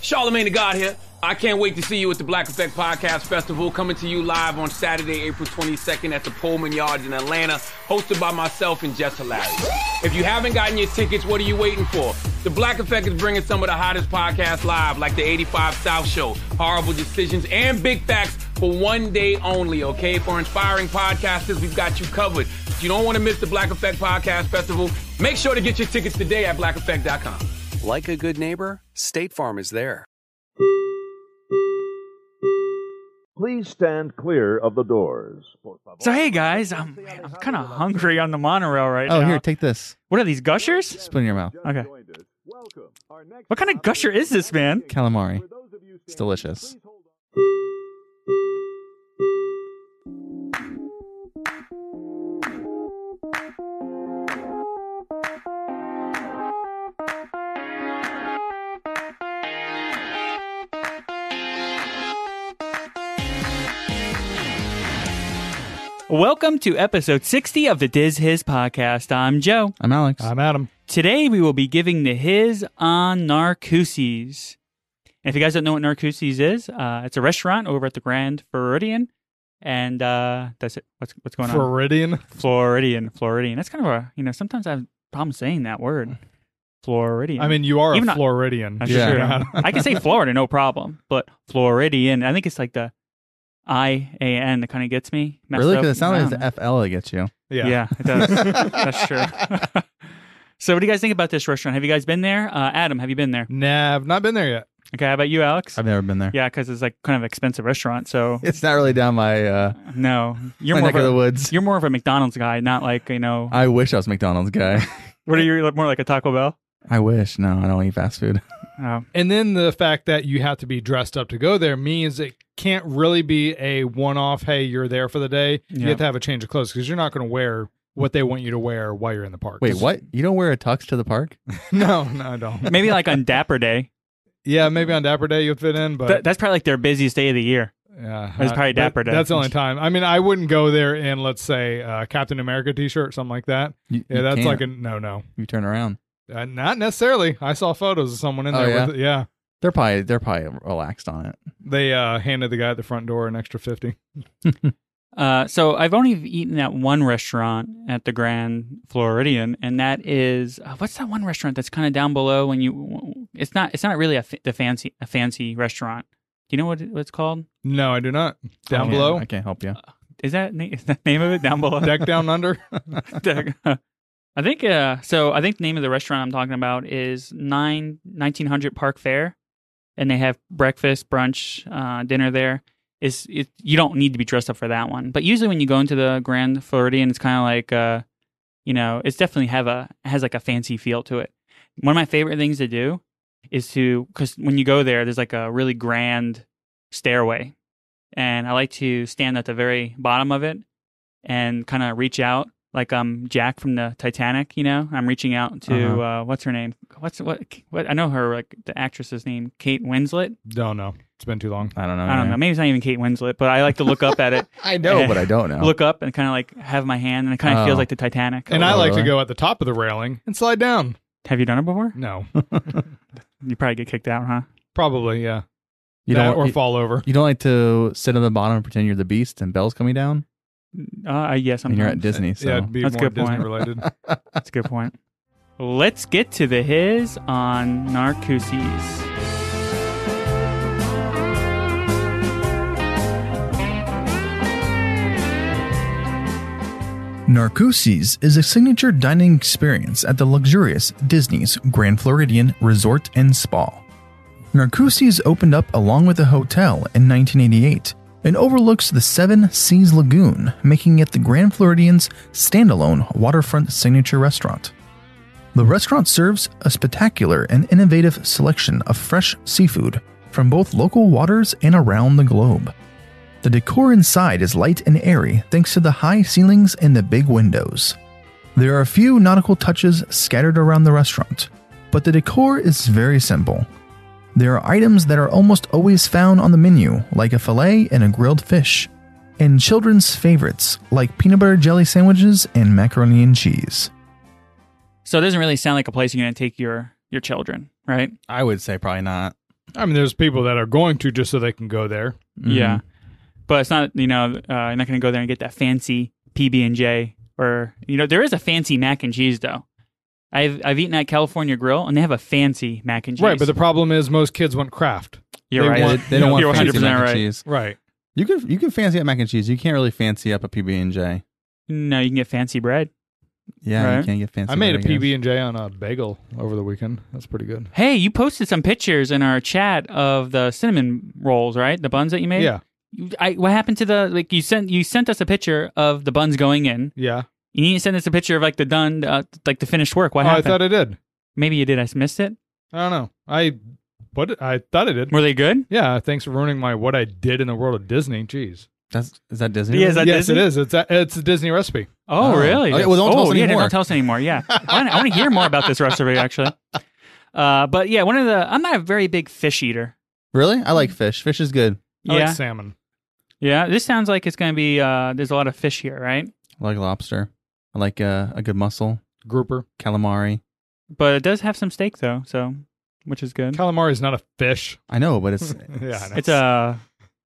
Charlemagne the God here. I can't wait to see you at the Black Effect Podcast Festival coming to you live on Saturday, April 22nd at the Pullman Yards in Atlanta, hosted by myself and Jess Hilary. If you haven't gotten your tickets, what are you waiting for? The Black Effect is bringing some of the hottest podcasts live, like the 85 South Show, Horrible Decisions, and Big Facts for one day only, okay? For inspiring podcasters, we've got you covered. If you don't want to miss the Black Effect Podcast Festival, make sure to get your tickets today at blackeffect.com. Like a good neighbor, State Farm is there. Please stand clear of the doors. So hey guys, I'm I'm kind of hungry on the monorail right Oh, now. here, take this. what are these gushers? Spit in your mouth. Okay. What kind of gusher is this, man? Calamari. It's delicious. Welcome to episode 60 of the Diz His podcast. I'm Joe. I'm Alex. I'm Adam. Today we will be giving the his on Narcooses. And if you guys don't know what Narcooses is, uh, it's a restaurant over at the Grand Floridian. And uh, that's it. What's what's going on? Floridian. Floridian, Floridian. That's kind of a you know. Sometimes I have problems saying that word. Floridian. I mean, you are Even a though- Floridian. I'm Yeah. sure. I can say Florida, no problem. But Floridian, I think it's like the I A N that kind of gets me. messed Really? up. Because it I sounds don't like know. it's the FL that gets you. Yeah. Yeah, it does. That's true. so, what do you guys think about this restaurant? Have you guys been there? Uh, Adam, have you been there? Nah, I've not been there yet. Okay, how about you, Alex? I've never been there. yeah, because it's like kind of expensive restaurant. So, It's not really down my uh, no, you're my more neck of of the a, woods. you're more of a McDonald's guy, not like you know. I wish I was a McDonald's guy. What are you like, more like a Taco Bell? I wish. No, I don't eat fast food. Oh, And then the fact that you have to be dressed up to go there means it can't really be a one off, hey, you're there for the day. You Yeah. have to have a change of clothes because you're not going to wear what they want you to wear while you're in the park. Wait, what? You don't wear a tux to the park? no, no, I don't. maybe like on Dapper Day. Yeah, maybe on Dapper Day you'd fit in, but. Th- that's probably like their busiest day of the year. yeah, It's uh, probably that- Dapper Day. That's the only time. I mean, I wouldn't go there in, let's say, uh, Captain America t shirt, something like that. You, Yeah, you that's can't. like a no no. you turn around. Uh, not necessarily. I saw photos of someone in Oh, there. yeah? With it. yeah. They're probably they're probably relaxed on it. They uh, handed the guy at the front door an extra 50. Uh, so I've only eaten at one restaurant at the Grand Floridian, and that is uh, what's that one restaurant that's kind of down below when you? It's not. It's not really a fa- the fancy a fancy restaurant. Do you know what, it- what it's called? No, I do not. Down I can't- below, Oh, I can't help you. Is that na- is that name of it down below? deck down under. Deck. I think uh, so. I think the name of the restaurant I'm talking about is nine nineteen hundred Park Fair, and they have breakfast, brunch, uh, dinner there. Is it? You don't need to be dressed up for that one, but usually when you go into the Grand Floridian, it's kind of like, uh, you know, it's definitely have a has like a fancy feel to it. One of my favorite things to do is to because when you go there, there's like a really grand stairway, and I like to stand at the very bottom of it and kind of reach out like um Jack from the Titanic, you know. I'm reaching out to uh what's her name? What's what what I know her like the actress's name, Kate Winslet. Don't know. It's been too long. I don't know. I don't know. Maybe it's not even Kate Winslet, but I like to look up at it. I know, but I don't know. Look up and kind of like have my hand and it kind of Oh. feels like the Titanic. And I Oh, like to really? go at the top of the railing and slide down. have you done it before? No, You probably get kicked out, huh? probably yeah. you That don't or you, fall over. you don't like to sit on the bottom and pretend you're the beast and bells coming down. Uh yes, And I'm you're at Disney, so Yeah, it'd be That's a more good point. Disney related. That's a good point. Let's get to the his on Narcooses. Narcooses is a signature dining experience at the luxurious Disney's Grand Floridian Resort and Spa. Narcooses opened up along with the hotel in 1988 and overlooks the Seven Seas Lagoon, making it the Grand Floridian's standalone waterfront signature restaurant. The restaurant serves a spectacular and innovative selection of fresh seafood from both local waters and around the globe. The decor inside is light and airy thanks to the high ceilings and the big windows. There are a few nautical touches scattered around the restaurant, but the decor is very simple. There are items that are almost always found on the menu, like a filet and a grilled fish, and children's favorites like peanut butter jelly sandwiches and macaroni and cheese. So it doesn't really sound like a place you're going to take your your children, right? I would say probably not. I mean, there's people that are going to just so they can go there. Mm-hmm. Yeah, but it's not you know uh, you're not going to go there and get that fancy PB and J or you know there is a fancy mac and cheese though. I've I've eaten at California Grill and they have a fancy mac and cheese. Right, but the problem is most kids want craft. you're they right. Yeah, want- they, they don't want you're fancy 100% mac and right. cheese. Right. You can you can fancy up mac and cheese. You can't really fancy up a PB and J. No, you can get fancy bread. Yeah, you Right. can't get fancy. I made a with it, guess. PB and J on a bagel over the weekend. That's pretty good. Hey, you posted some pictures in our chat of the cinnamon rolls, right? The buns that you made. Yeah. You- I, what happened to the like you sent you sent us a picture of the buns going in. Yeah. You need to send us a picture of like the done uh, like the finished work. What oh, I happened? thought I did. Maybe you did. I missed it. I don't know. I what I thought I did. Were they good? Yeah, thanks for ruining my what I did in the world of Disney. Jeez. That's is that Disney? Yeah, is that yes, Disney? it is. It's a, it's a Disney recipe. Oh, Oh. really? Okay, well, don't tell oh, us yeah, anymore. don't tell us anymore. Yeah, I, want to hear more about this recipe actually. Uh, but yeah, one of the I'm not a very big fish eater. Really? I Mm. like fish. Fish is good. I yeah, like salmon. yeah. This sounds like it's going to be. Uh, there's a lot of fish here, right? I like lobster. I like uh, a good mussel, Grouper. calamari. But it does have some steak though, so which is good. Calamari is not a fish. I know, but it's Yeah, I know. It's a,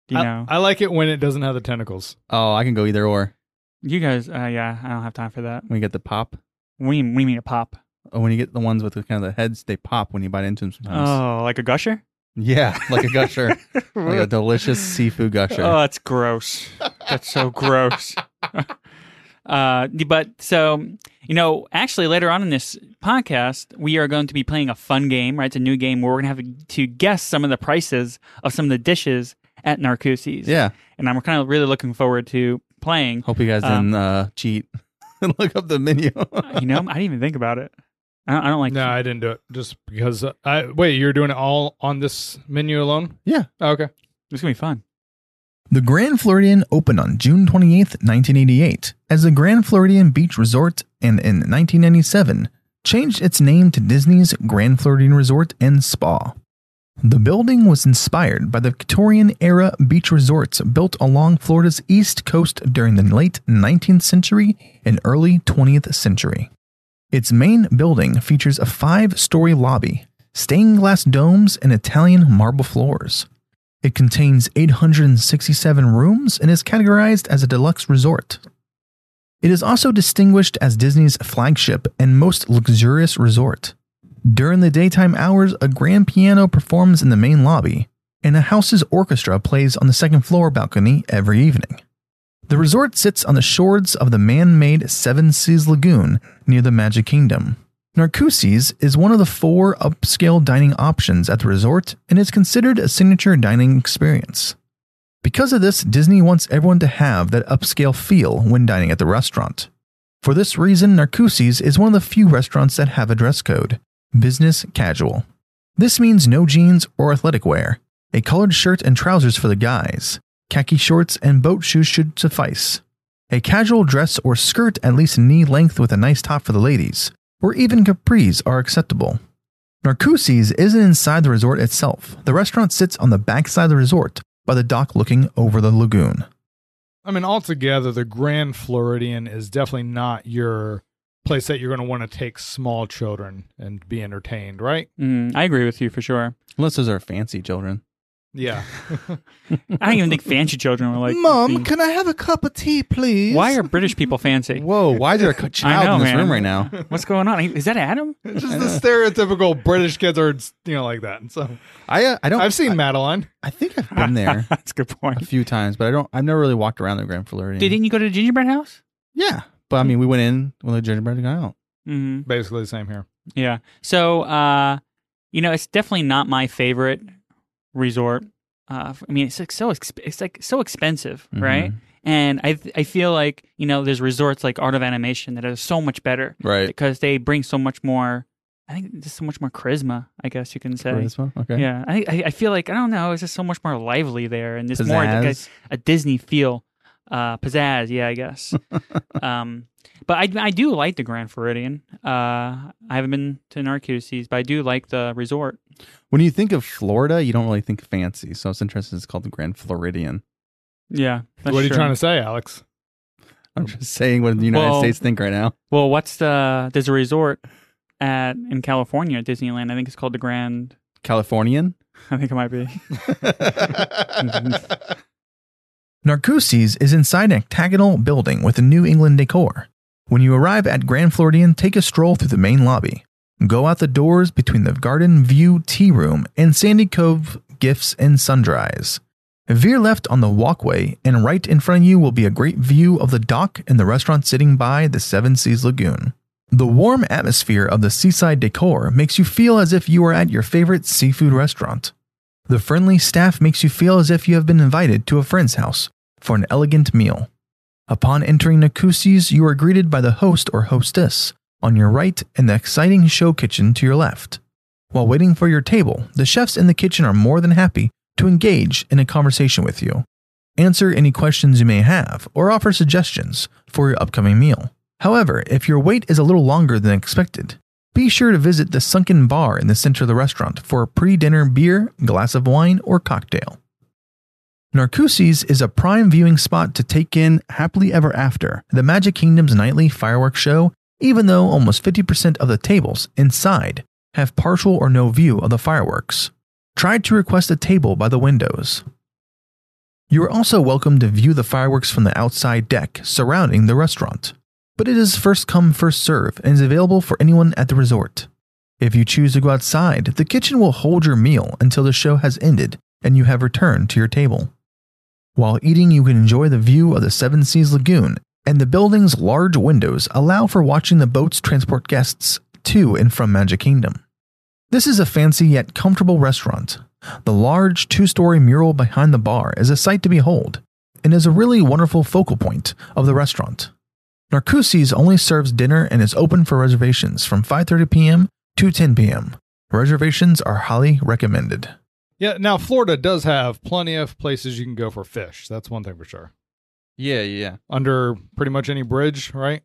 you I- know, I, like it when it doesn't have the tentacles. oh, I can go either or. you guys. Uh, yeah, I don't have time for that. When you get the pop, We we mean a pop. oh, when you get the ones with the kind of the heads, they pop when you bite into them sometimes. Oh, like a gusher. Yeah, like a gusher, like a delicious seafood gusher. Oh, that's gross. That's so gross. uh, but so you know, actually, later on in this podcast, we are going to be playing a fun game. Right, it's a new game where we're going to have to guess some of the prices of some of the dishes at Narcoosie's. yeah. Oh. and I'm kind of really looking forward to playing. Hope you guys Um, didn't uh, cheat and look up the menu. you know, I didn't even think about it. I don't, I don't like. No, I didn't do it just because uh, I wait, you're doing it all on this menu alone? yeah, Oh, okay. It's gonna be fun. The Grand Floridian opened on June 28, 1988, as the Grand Floridian Beach Resort, and in 1997 changed its name to Disney's Grand Floridian Resort and Spa. The building was inspired by the Victorian era beach resorts built along Florida's east coast during the late 19th century and early 20th century. Its main building features a five story lobby, stained glass domes, and Italian marble floors. It contains 867 rooms and is categorized as a deluxe resort. It is also distinguished as Disney's flagship and most luxurious resort. During the daytime hours, a grand piano performs in the main lobby, and a house's orchestra plays on the second floor balcony every evening. The resort sits on the shores of the man made Seven Seas Lagoon near the Magic Kingdom. Narcoosie's is one of the four upscale dining options at the resort and is considered a signature dining experience. Because of this, Disney wants everyone to have that upscale feel when dining at the restaurant. For this reason, Narcoosie's is one of the few restaurants that have a dress code business casual. This means no jeans or athletic wear, a colored shirt and trousers for the guys, khaki shorts and boat shoes should suffice. A casual dress or skirt at least knee length with a nice top for the ladies, or even capris are acceptable. Narcoosie's isn't inside the resort itself. The restaurant sits on the backside of the resort by the dock looking over the lagoon. I mean, altogether, the Grand Floridian is definitely not your place that you're going to want to take small children and be entertained, right? Mm, I agree with you for sure. unless those are fancy children. Yeah. I don't even think fancy children were like. being- can I have a cup of tea, please? why are British people fancy? Whoa, why is there a co- child know, in this man. room right now? What's going on? Is that Adam? It's just the stereotypical British kids are, you know, like that. So I uh, I don't I've seen I, Madeline. I think I've been there That's a good a point. few times, but I don't I've never really walked around the Grand Floridian. Didn't you go to the gingerbread house? Yeah. But I mean, we went in when the gingerbread got out. Mm-hmm. Basically the same here. Yeah. So, uh, you know, it's definitely not my favorite resort. Uh, I mean, it's like so exp- it's like so expensive, right? And I I feel like you know there's resorts like Art of Animation that are so much better Right. because they bring so much more. I think just so much more charisma. I guess you can say. This one? Okay. Yeah, I I I feel like I don't know. It's just so much more lively there, and it's more like a, Pizzazz. a Disney feel, uh, pizzazz. Yeah, I guess. um, but I I do like the Grand Floridian. Uh, I haven't been to Narcoosie's, but I do like the resort. When you think of Florida, you don't really think fancy. So it's interesting. It's called the Grand Floridian. Yeah, what are you trying to say, Alex? I'm just saying what the United Oh. Well- States think right now. Well, what's the there's a resort at in California at Disneyland. I think it's called the Grand Californian? I think it might be. Narcooses is inside an octagonal building with a New England decor. When you arrive at Grand Floridian, take a stroll through the main lobby. Go out the doors between the Garden View Tea Room and Sandy Cove Gifts and Sundries. Veer left on the walkway, and right in front of you will be a great view of the dock and the restaurant sitting by the Seven Seas Lagoon. The warm atmosphere of the seaside decor makes you feel as if you are at your favorite seafood restaurant. The friendly staff makes you feel as if you have been invited to a friend's house for an elegant meal. Upon entering Nakusi's, you are greeted by the host or hostess on your right and the exciting show kitchen to your left. While waiting for your table, the chefs in the kitchen are more than happy to engage in a conversation with you, answer any questions you may have, or offer suggestions for your upcoming meal. However, if your wait is a little longer than expected, be sure to visit the sunken bar in the center of the restaurant for a pre dinner beer, glass of wine, or cocktail. Narcooses is a prime viewing spot to take in Happily Ever After, the Magic Kingdom's nightly fireworks show, even though almost 50% of the tables inside have partial or no view of the fireworks. Try to request a table by the windows. You are also welcome to view the fireworks from the outside deck surrounding the restaurant, but it is first come, first serve and is available for anyone at the resort. If you choose to go outside, the kitchen will hold your meal until the show has ended and you have returned to your table. While eating, you can enjoy the view of the Seven Seas Lagoon, and the building's large windows allow for watching the boats transport guests to and from Magic Kingdom. This is a fancy yet comfortable restaurant. The large two story mural behind the bar is a sight to behold and is a really wonderful focal point of the restaurant. Narcooses only serves dinner and is open for reservations from 5:30 p.m. to 10 p.m. Reservations are highly recommended. Yeah, now Florida does have plenty of places you can go for fish. That's one thing for sure. Yeah, yeah. Under pretty much any bridge, right?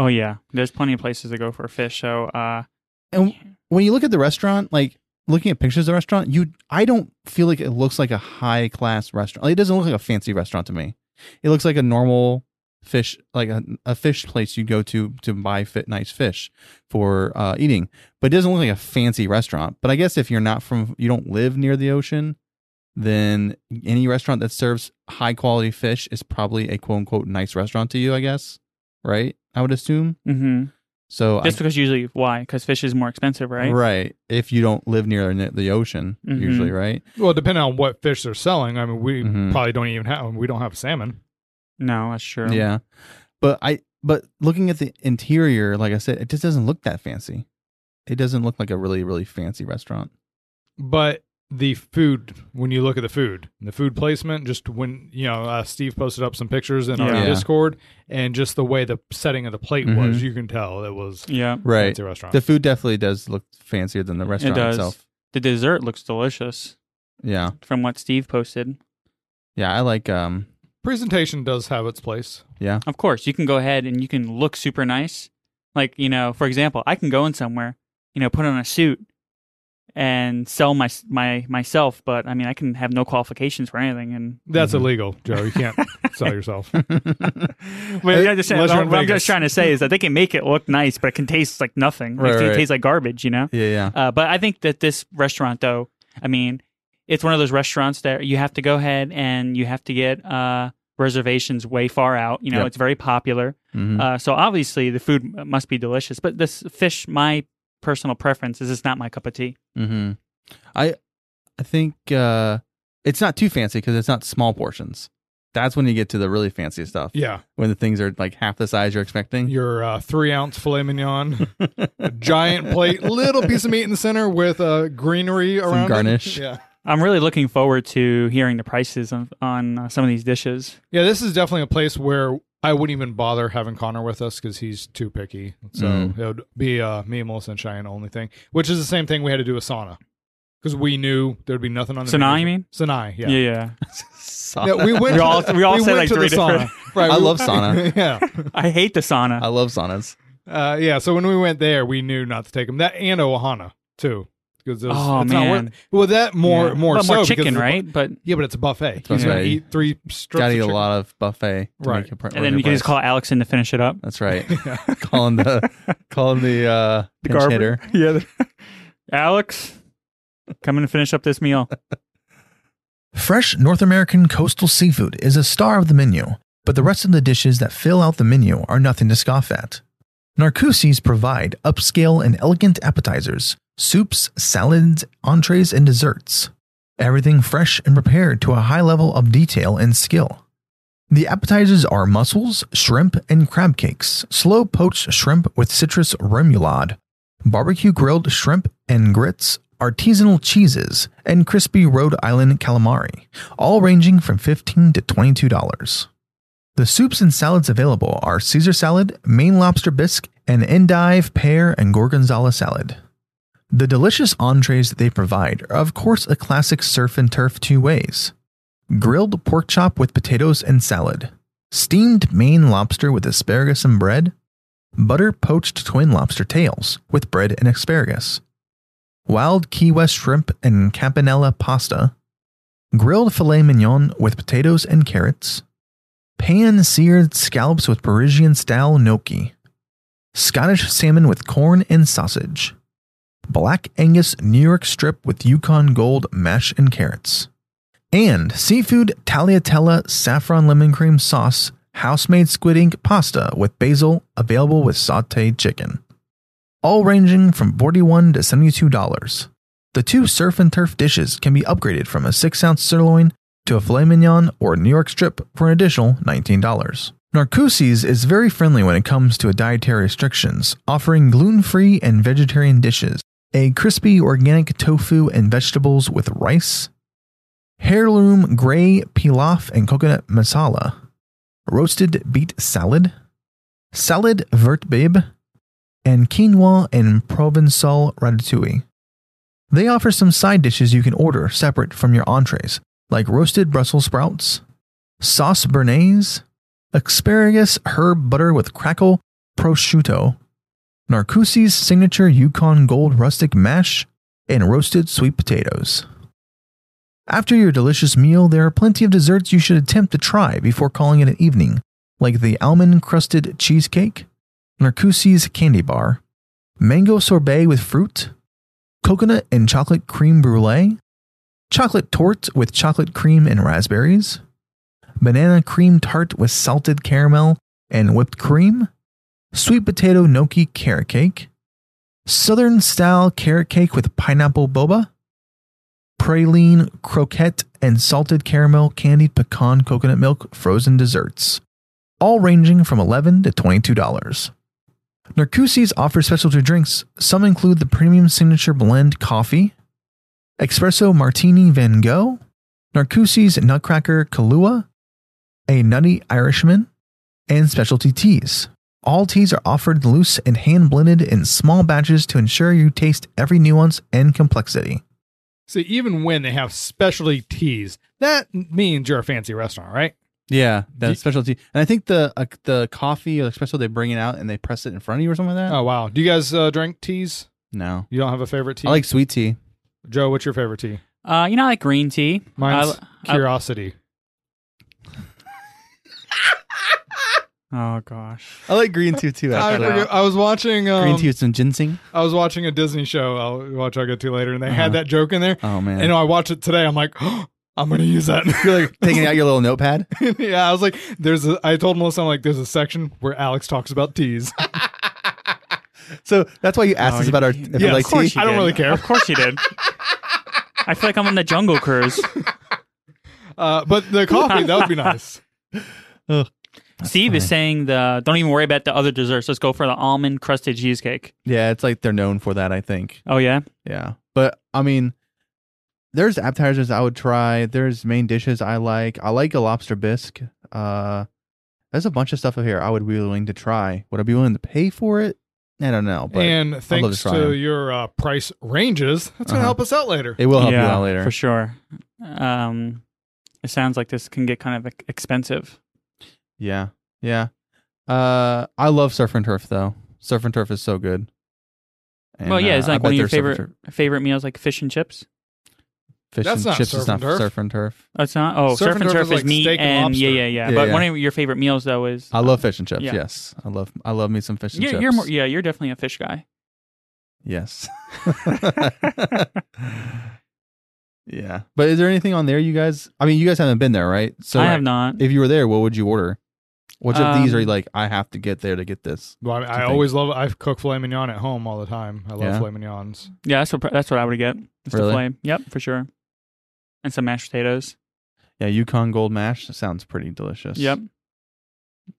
Oh yeah, there's plenty of places to go for fish. So uh, And when you look at the restaurant, like looking at pictures of the restaurant, you I don't feel like it looks like a high class restaurant. Like, it doesn't look like a fancy restaurant to me. It looks like a normal fish, like a, a fish place you go to to buy fit nice fish for uh, eating. But it doesn't look like a fancy restaurant. But I guess if you're not from, you don't live near the ocean, then any restaurant that serves high quality fish is probably a quote unquote nice restaurant to you. I guess, right? I would assume. mm-hmm. So I just because usually why? Because fish is more expensive, right? If you don't live near the- the ocean, Mhm. usually, right? Well, depending on what fish they're selling. I mean, we Mhm. probably don't even have we don't have salmon. No, that's true. Yeah. But I, but looking at the interior, like I said, it just doesn't look that fancy. It doesn't look like a really, really fancy restaurant. But the food, when you look at the food, the food placement, just when you know, uh, Steve posted up some pictures in our Yeah. Discord, and just the way the setting of the plate was, Mhm. you can tell it was Yeah. a Right. fancy restaurant. The food definitely does look fancier than the restaurant does. itself. The dessert looks delicious Yeah. from what Steve posted. Yeah. I like, um, Presentation does have its place. yeah. Of course, you can go ahead and you can look super nice. Like, you know, for example, I can go in somewhere, you know, put on a suit and sell my my myself, but I mean, I can have no qualifications for anything and That's illegal, Joe. You can't sell yourself. But Hey, I just, unless what, you're in what I'm Vegas. just trying to say is that they can make it look nice, but it can taste like nothing. Right, it can right. taste like garbage, you know? Yeah. Yeah. Uh, but I think that this restaurant, though, I mean, it's one of those restaurants that you have to go ahead and you have to get uh, reservations way far out. You know, Yep. it's very popular. Mhm. Mm-hmm. Uh, so obviously the food must be delicious. But this fish, my personal preference is it's not my cup of tea. Mm-hmm. I I think uh, it's not too fancy because it's not small portions. That's when you get to the really fancy stuff. Yeah, When the things are like half the size you're expecting. your uh, three ounce filet mignon, a giant plate, little piece of meat in the center with uh, greenery Some around it. garnish. Yeah, I'm really looking forward to hearing the prices on, on uh, some of these dishes. yeah. This is definitely a place where I wouldn't even bother having Connor with us because he's too picky. So Mm. it would be uh, me and Melissa and Cheyenne only thing, which is the same thing we had to do with sauna because we knew there'd be nothing on the Sanai, menu. you mean? Sanai, yeah. yeah. Sauna. we went. We to all- the, we all said went like to three the different- sauna. Right, I we- love sauna. yeah, I hate the sauna. I love saunas. Uh, yeah, so when we went there, we knew not to take them. That and Ohana too, because Oh, it's Not man. worth, well, that more Yeah. more but so more because chicken, it's a- right? But Yeah, but it's a buffet. a You gotta buffet. eat three strips. Gotta of eat a chicken. lot of buffet. to Right. make a pr- and then you can just price. call Alex in to finish it up. That's right. calling the calling the uh pinch hitter. Yeah. Alex, Come in and finish up this meal. Fresh North American coastal seafood is a star of the menu, but the rest of the dishes that fill out the menu are nothing to scoff at. Narcooses provide upscale and elegant appetizers, soups, salads, entrees, and desserts. Everything fresh and prepared to a high level of detail and skill. The appetizers are mussels, shrimp, and crab cakes, slow poached shrimp with citrus remoulade, barbecue grilled shrimp and grits, artisanal cheeses, and crispy Rhode Island calamari, all ranging from $15 to $22. The soups and salads available are Caesar salad, Maine lobster bisque, and endive, pear, and gorgonzola salad. The delicious entrees that they provide are, of course, a classic surf and turf two ways grilled pork chop with potatoes and salad, steamed Maine lobster with asparagus and bread, butter poached twin lobster tails with bread and asparagus, wild Key West shrimp and campanella pasta, grilled filet mignon with potatoes and carrots, pan seared scallops with Parisian style gnocchi, Scottish salmon with corn and sausage, black Angus New York strip with Yukon Gold mash and carrots, and seafood tagliatella saffron lemon cream sauce. House made squid ink pasta with basil available with sauteed chicken all ranging from $41 to $72. The two surf and turf dishes can be upgraded from a 6 ounce sirloin to a filet mignon or New York strip for an additional $19. Narcooses is very friendly when it comes to dietary restrictions, offering gluten free and vegetarian dishes, a crispy organic tofu and vegetables with rice, heirloom gray pilaf and coconut masala, roasted beet salad, salad vertbabe, and quinoa and Provençal ratatouille. They offer some side dishes you can order separate from your entrees, like roasted Brussels sprouts, sauce bernaise, asparagus herb butter with crackle prosciutto, Narcoosie's signature Yukon Gold rustic mash, and roasted sweet potatoes. After your delicious meal, there are plenty of desserts you should attempt to try before calling it an evening, like the almond crusted cheesecake, Narcoosie's candy bar, mango sorbet with fruit, coconut and chocolate cream brulee, chocolate torte with chocolate cream and raspberries, banana cream tart with salted caramel and whipped cream, sweet potato gnocchi carrot cake, southern style carrot cake with pineapple boba, praline croquette and salted caramel candied pecan coconut milk frozen desserts all ranging from $11 to $22. Narcoosie's offers specialty drinks. Some include the premium signature blend coffee, espresso martini Van Gogh, Narcoosie's Nutcracker Kahlua, a nutty Irishman, and specialty teas. All teas are offered loose and hand blended in small batches to ensure you taste every nuance and complexity. See, even when they have specialty teas, that means you're a fancy restaurant, right? Yeah, Do- that specialty. And I think the uh, the coffee or espresso they bring it out and they press it in front of you or something like that. Oh wow. Do you guys uh, drink teas? no, You don't have a favorite tea? I like sweet tea. Joe. What's your favorite tea? Uh, you know, I like green tea. Mine's I- I- curiosity. oh gosh. I like green tea too. I, actually. forget- I was watching. Um, green tea with some ginseng. I was watching a Disney show. I'll watch. I'll get to later, and they Uh-huh. had that joke in there. Oh man, And I watch it today. I'm like, I'm gonna use that. you're like taking out your little notepad. yeah, I was like, there's a. I told Melissa, I'm like, there's a section where Alex talks about teas. So that's why you asked No, us you- about our you- if yeah, we of like course tea. She I don't did. really care. Of course you did. I feel like I'm on the jungle cruise. Uh, but the coffee, that would be nice. Steve is saying the don't even worry about the other desserts. Let's go for the almond crusted cheesecake. Yeah, it's like they're known for that. I think. Oh yeah. Yeah. But I mean, there's appetizers I would try. There's main dishes I like. I like a lobster bisque. Uh, there's a bunch of stuff up here I would be willing to try. Would I be willing to pay for it? I don't know. But and thanks to, try 'em. your uh, price ranges, that's gonna Uh-huh. help us out later. it will help yeah, you out later. for sure. Um, it sounds like this can get kind of ex- expensive. Yeah. Yeah. Uh, I love surf and turf though. Surf and turf is so good. And, well, yeah, uh, it's I like bet one of your there's surf and favorite favorite meals, like fish and chips. turf- fish That's and not chips surf is and not turf. surf and turf. Oh, it's not. Oh, surf, and turf, is, like meat steak and and, yeah, lobster. yeah, yeah, Yeah, But yeah. one of your favorite meals though is I love fish and chips. yeah. Yes, I love I love me some fish and You're, chips. you're more, yeah, you're definitely a fish guy. Yes. Yeah. But is there anything on there you guys? I mean, you guys haven't been there, right? So I have not. If you were there, what would you order? Which of these Um, are you like I have to get there to get this? Well, I, I think? always love. I cook filet mignon at home all the time. I love Yeah. filet mignons. Yeah, that's what that's what I would get. Just Really? the flame. Yep, for sure. And some mashed potatoes. Yeah, Yukon Gold Mash sounds pretty delicious. Yep.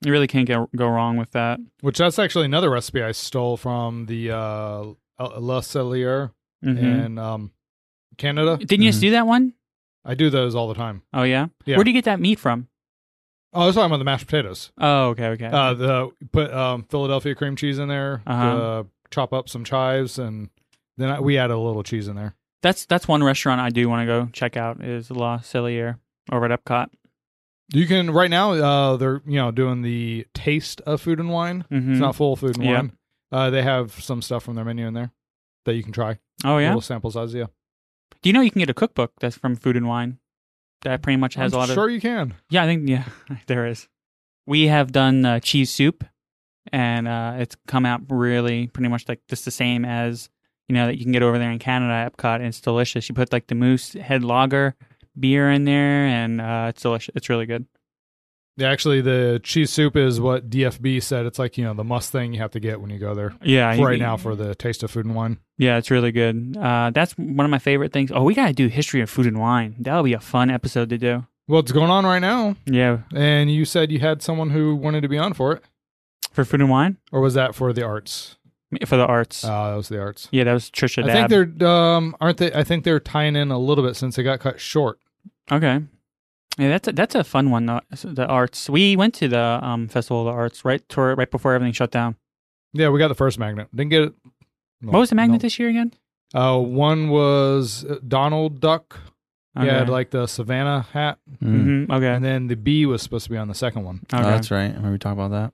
You really can't go go wrong with that. Which that's actually another recipe I stole from the uh, La Cellier Mm-hmm. Mhm. in um, Canada. Didn't you just Mhm. do that one? I do those all the time. Oh yeah? Yeah. Where do you get that meat from? Oh, I was talking about the mashed potatoes. Oh okay okay. Uh, the put um, Philadelphia cream cheese in there. Uh-huh. the- chop up some chives, and then I, we add a little cheese in there. that's that's one restaurant I do want to go check out is La Cellier over at Epcot. You can right now. Uh, they're you know doing the taste of food and wine. Mhm. It's not full food and Yeah. wine. Uh, they have some stuff from their menu in there that you can try. oh yeah. Little sample size. Yeah, Do you know you can get a cookbook that's from Food and Wine? That pretty much has I'm a lot of sure you can. Yeah, I think yeah, there is. We have done uh, cheese soup, and uh, it's come out really pretty much like just the same as you know that you can get over there in Canada, at Epcot, and it's delicious. You put like the moose head lager beer in there, and uh, it's delicious. It's really good. Yeah, actually, the cheese soup is what DFB said. It's like you know the must thing you have to get when you go there Yeah, right now for the taste of food and wine. Yeah, it's really good. Uh, that's one of my favorite things. Oh, we gotta do history of food and wine. That'll be a fun episode to do. Well, it's going on right now, Yeah, and you said you had someone who wanted to be on for it, for food and wine or was that for the arts? for the arts. Oh, Uh, that was the arts. yeah, that was Trisha. I Dabb. think they're um aren't they? I think they're tying in a little bit since they got cut short. Okay. Yeah, that's a, that's a fun one. The, the arts. We went to the um, festival of the arts right tour, right before everything shut down. Yeah, we got the first magnet. Didn't get it. no, what was the magnet no. this year again? Uh, one was uh, Donald Duck. He had Okay. like the Savannah hat, Mm. Mhm, okay. and then the bee was supposed to be on the second one. Oh, okay. that's right. I remember we talked about that.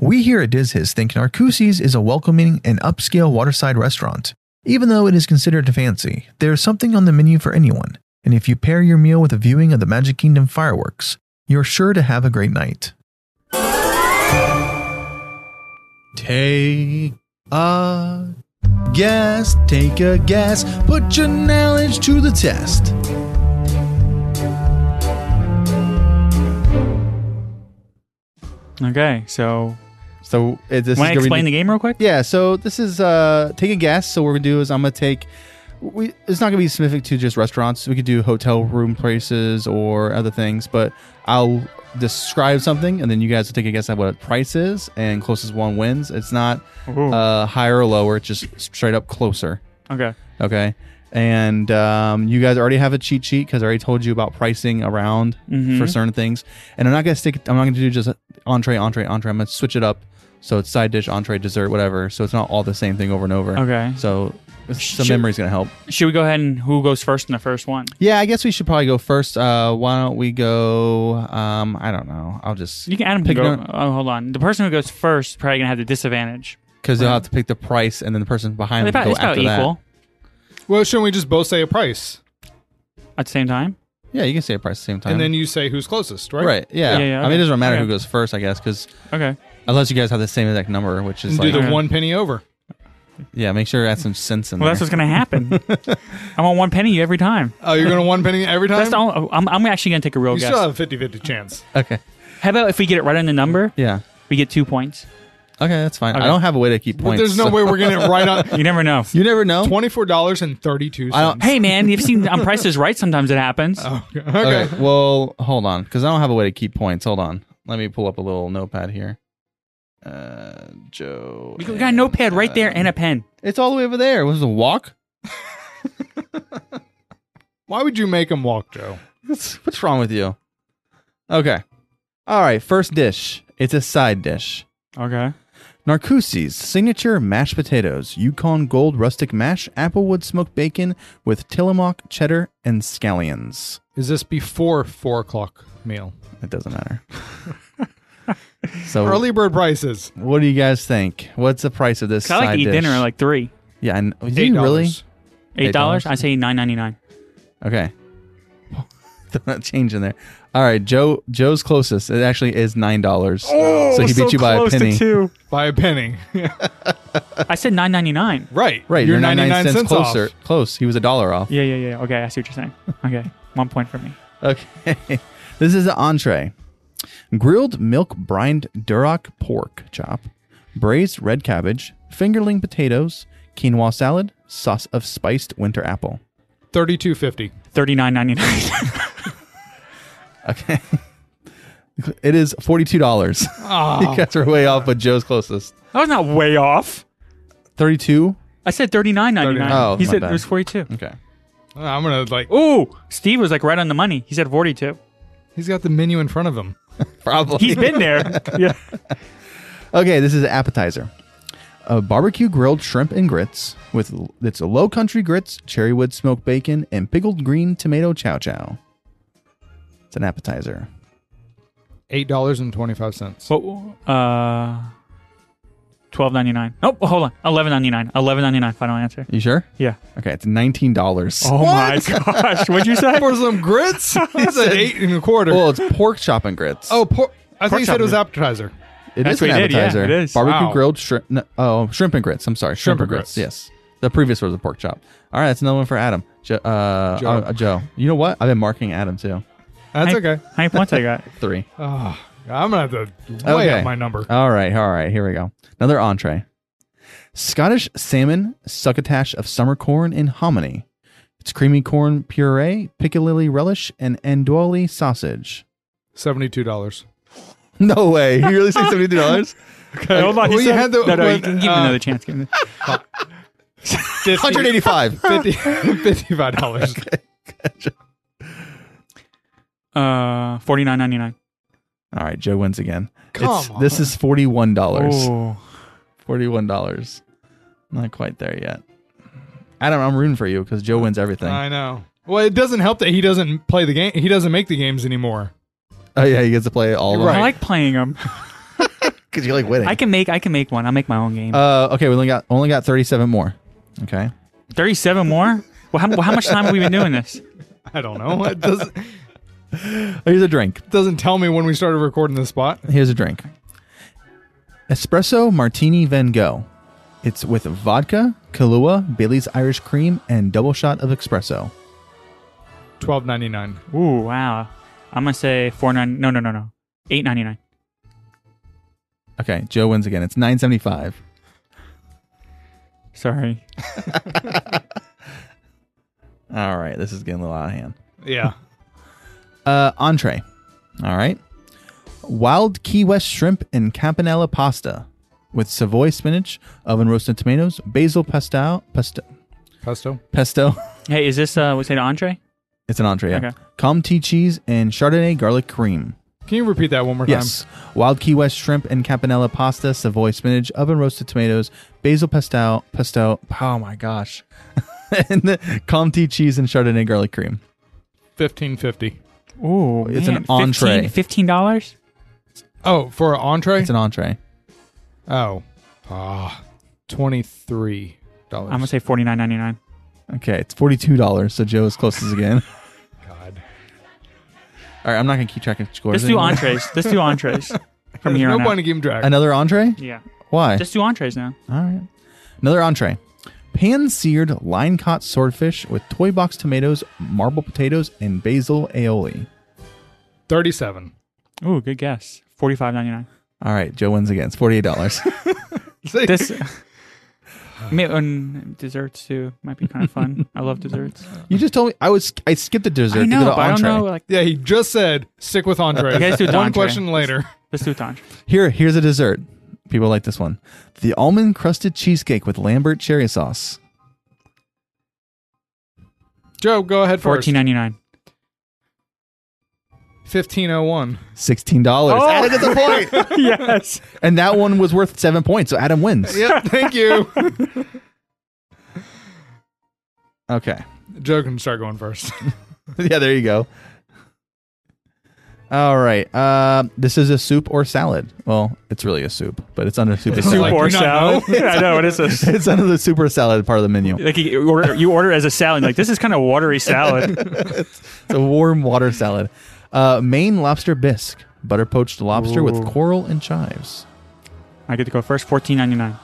We here at DizHiz think Narcoosies is a welcoming and upscale waterside restaurant. Even though it is considered fancy, there is something on the menu for anyone, and if you pair your meal with a viewing of the Magic Kingdom fireworks, you're sure to have a great night. Take a guess, take a guess, put your knowledge to the test. Okay. So, So it, this want is to gonna explain be, the game real quick? Yeah. So this is uh take a guess. So what we're gonna do is I'm gonna take. We, it's not gonna be specific to just restaurants. We could do hotel room places or other things, but I'll describe something and then you guys will take a guess at what the price is and closest one wins. It's not Ooh. uh, higher or lower. It's just straight up closer. okay. Okay. And um, you guys already have a cheat sheet because I already told you about pricing around Mhm. for certain things. And I'm not gonna stick. I'm not gonna do just entree, entree, entree. I'm gonna switch it up. So it's side dish, entree, dessert, whatever. So it's not all the same thing over and over. Okay. So some Should- memory's gonna help. Should we go ahead and who goes first in the first one? Yeah, I guess we should probably go first. Uh, why don't we go? Um, I don't know. I'll just You can Adam can Pick go. no- Oh, hold on. The person who goes first is probably gonna have the disadvantage. because they'll have to pick the price, and then the person behind They them probably, go it's about after that. equal Well, shouldn't we just both say a price, at the same time. Yeah, you can say a price at the same time. and then you say who's closest, right? right? Yeah, Yeah. yeah, I mean, okay. it doesn't matter who Okay. goes first, I guess, because Okay. unless you guys have the same exact number, which is And like do Okay. the one penny over. Yeah, make sure to add some sense in Well, that's there. what's gonna happen. I want one penny every time. Oh, you're gonna one penny every time. That's the only, I'm, I'm actually gonna take a real you guess. still have a 50-50 chance. okay. How about if we get it right on the number, Yeah. we get two points. Okay, that's fine. Okay. I don't have a way to keep But points. there's no so- way we're getting it right on You never know. You never know. twenty four dollars and thirty two I don't- cents. Hey man, you've seen on Price is Right. Sometimes it happens. Okay. Okay. Well, hold on, because I don't have a way to keep points. Hold on. Let me pull up a little notepad here. Uh, Joe. we got a notepad right there and a pen. It's all the way over there. Was it a walk? Why would you make him walk, Joe? What's what's wrong with you? Okay. All right. First dish. It's a side dish. Okay. Narcoosie's signature mashed potatoes, Yukon Gold rustic mash, applewood smoked bacon with Tillamook cheddar and scallions. Is this before four o'clock meal? It doesn't matter. so Early bird prices. What do you guys think? What's the price of this? I like side to eat dish? dinner at like three, yeah, and do Eight you really? dollars. eight $8? dollars. I say nine ninety nine. Okay. They're not changing there. All right, Joe. Joe's closest. It actually is nine dollars. Oh, so he beat you by a penny. two. by a penny. I said nine ninety nine. right. Right, you're, 99 cents, off. closer. Close. He was a dollar off. Yeah, yeah, yeah. Okay, I see what you're saying. Okay, one point for me. Okay. this is an entree. Grilled milk brined duroc pork chop, braised red cabbage, fingerling potatoes, quinoa salad, sauce of spiced winter apple. 3250. Thirty nine ninety nine. Okay. It is forty-two dollars. you guys are way off, but Joe's closest. I was not way off. Thirty-two. I said thirty nine ninety nine. Oh, he my said bad. it was forty two. Okay. Uh, I'm going to like Ooh, Steve was like right on the money. He said forty two. He's got the menu in front of him. Probably. He's been there. yeah. Okay, this is an appetizer. A barbecue grilled shrimp and grits with l- it's a low country grits, cherry wood smoked bacon, and pickled green tomato chow chow. It's an appetizer. $8.25. What? Uh, twelve ninety nine. Nope. Hold on. Eleven ninety nine. Eleven ninety nine. Final answer. You sure? Yeah. Okay, it's nineteen dollars. Oh my gosh. What'd you say? For some grits? He said eight and a quarter. Well, it's pork chop and grits. oh, por- I thought you said chop. it was appetizer. it that's is an what he did, yeah, appetizer. it is. Barbecue Wow. grilled shrimp. No, oh, shrimp and grits. I'm sorry, shrimp, Shrimp and and grits. Yes, the previous one was a pork chop. All right, that's another one for Adam. Jo- uh, Joe. Joe. Uh, Joe. You know what? I've been marking Adam too. That's Hey. okay. How many points I got? Three. Oh, I'm going to have to weigh Oh, Okay. up my number. All right, all right, here we go. Another entree. Scottish salmon, succotash of summer corn and hominy. It's creamy corn puree, piccalilli relish, and andouille sausage. $72. No way. You really say $72? Okay, hold on. well, he you said- had the- no, no, you when, can give him uh, another chance. Give him- 185 50, $55. Uh, forty nine ninety nine. All right, Joe wins again. Come It's- This is $41. Oh, $41. Not quite there yet. Adam, I'm rooting for you because Joe wins everything. I know. Well, it doesn't help that he doesn't play the game. He doesn't make the games anymore. oh, yeah, he gets to play all of I them. like playing them. Because you like winning. I can make. I can make one. I'll make my own game. uh, okay, we only got, only got 37 more. Okay. Thirty seven more. Well, how, well, how much time have we been doing this? I don't know. It doesn't Here's a drink. doesn't tell me when we started recording this spot. Here's a drink. Espresso Martini Van Gogh. It's with vodka, Kahlua, Bailey's Irish Cream, and double shot of espresso. Twelve ninety nine. Ooh, wow. I'm gonna say four nine. No, no, no, no. Eight ninety nine. Okay, Joe wins again. It's nine seventy five. Sorry. All right, this is getting a little out of hand. Yeah. Uh, entree. All right, wild Key West shrimp and campanella pasta with Savoy spinach, oven roasted tomatoes, basil pesto, pesto, Pesto. pesto. Hey, is this uh? What's it? Entree? It's an entree. Yeah. Okay. Comté cheese and Chardonnay garlic cream. Can you repeat that one more Yes. Wild Key West shrimp and capanella pasta, Savoy spinach, oven roasted tomatoes, basil pesto, pesto. Oh my gosh. and the Comté cheese and Chardonnay garlic cream. time? Fifteen fifty. Ooh, It's an Oh, man. entree. Fifteen dollars. Oh, for an entree. It's an entree. oh. Ah. Twenty three I'm gonna dollars. say forty nine ninety nine. Okay, it's $42, so Joe is closest again. God. All right, I'm not going to keep track of scores. Let's do anymore. entrees. Let's do entrees from here no on point out. in keeping track. Another entree? Yeah. Why? Just do entrees now. All right. Another entree. Pan seared line caught swordfish with toy box tomatoes, marble potatoes, and basil aioli. Thirty seven. Ooh, good guess. Forty five ninety nine. All right, Joe wins again. It's $48. This. May, and desserts too might be kind of fun. I love desserts. You just told me I was I skipped the dessert. I to know, go to but I don't entree. know. Like, Yeah, he just said stick with entree. Okay, let's do one entree. question later. let's do entree. Here, here's a dessert. People like this one: the almond crusted cheesecake with Lambert cherry sauce. Joe, go ahead first. Fourteen ninety nine. Fifteen oh one. Sixteen dollars. Adam gets a point, yes. and that one was worth seven points. So Adam wins. Yep. Thank you. Okay. Joe can start going first. yeah, there you go. All right. Uh, this is a soup or salad. Well, it's really a soup, but it's under soup. or Soup salad. or you not salad? I know. What is this? it's under the super salad part of the menu. Like you order, you order as a salad. Like this is kind of watery salad. It's a warm water salad. Uh, Maine lobster bisque, butter poached lobster with coral and chives. I get to go first. Fourteen ninety nine.